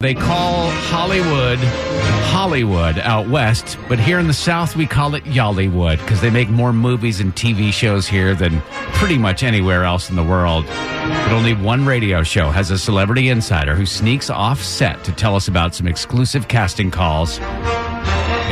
They call Hollywood Hollywood out west, but here in the South we call it Yollywood because they make more movies and TV shows here than pretty much anywhere else in the world. But only one radio show has a celebrity insider who sneaks off set to tell us about some exclusive casting calls.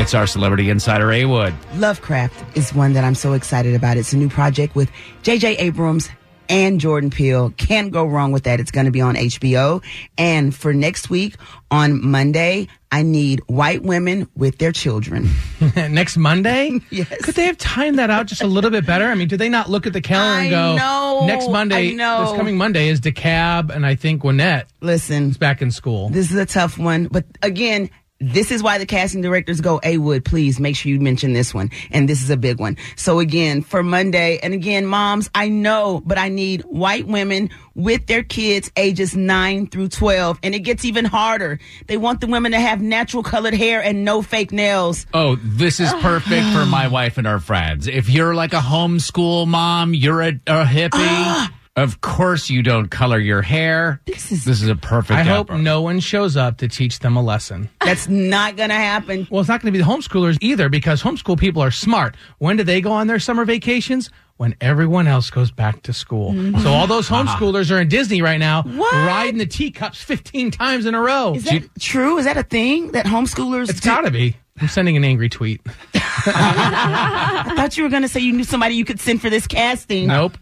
It's our celebrity insider, A Wood. Lovecraft is one that I'm so excited about. It's a new project with J.J. Abrams and Jordan Peele. Can't go wrong with that. It's going to be on HBO. And for next week on Monday, I need white women with their children. Next Monday? Yes. Could they have timed that out just a little bit better? I mean, do they not look at the calendar and I go, know, next Monday, I know. this coming Monday is DeCab and I think Wynette Listen, is back in school. this is a tough one, but again, this is why the casting directors go, A Wood, please make sure you mention this one. And this is a big one. So again, for Monday, and again, moms, I know, but I need white women with their kids ages 9 through 12. And it gets even harder. They want the women to have natural colored hair and no fake nails. Oh, this is perfect for my wife and her friends. If you're like a homeschool mom, you're a, a hippie. of course, you don't color your hair. This is this is a perfect. I hope outro. no one shows up to teach them a lesson. That's not going to happen. Well, it's not going to be the homeschoolers either because homeschool people are smart. When do they go on their summer vacations? When everyone else goes back to school. So all those homeschoolers are in Disney right now, Mm-hmm. What? riding the teacups 15 times in a row. Is that true? Is that a thing that homeschoolers it's do? got to be. I'm sending an angry tweet. I thought you were going to say you knew somebody you could send for this casting. Nope.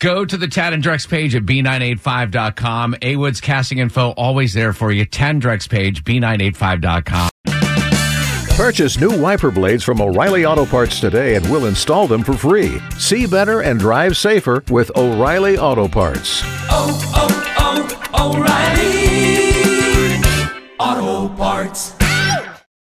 Go to the Tad and Drex page at b985.com. Awood's casting info always there for you. Tad and Drex page, b985.com. Purchase new wiper blades from O'Reilly Auto Parts today and we'll install them for free. See better and drive safer with O'Reilly Auto Parts. oh, oh, O'Reilly Auto Parts.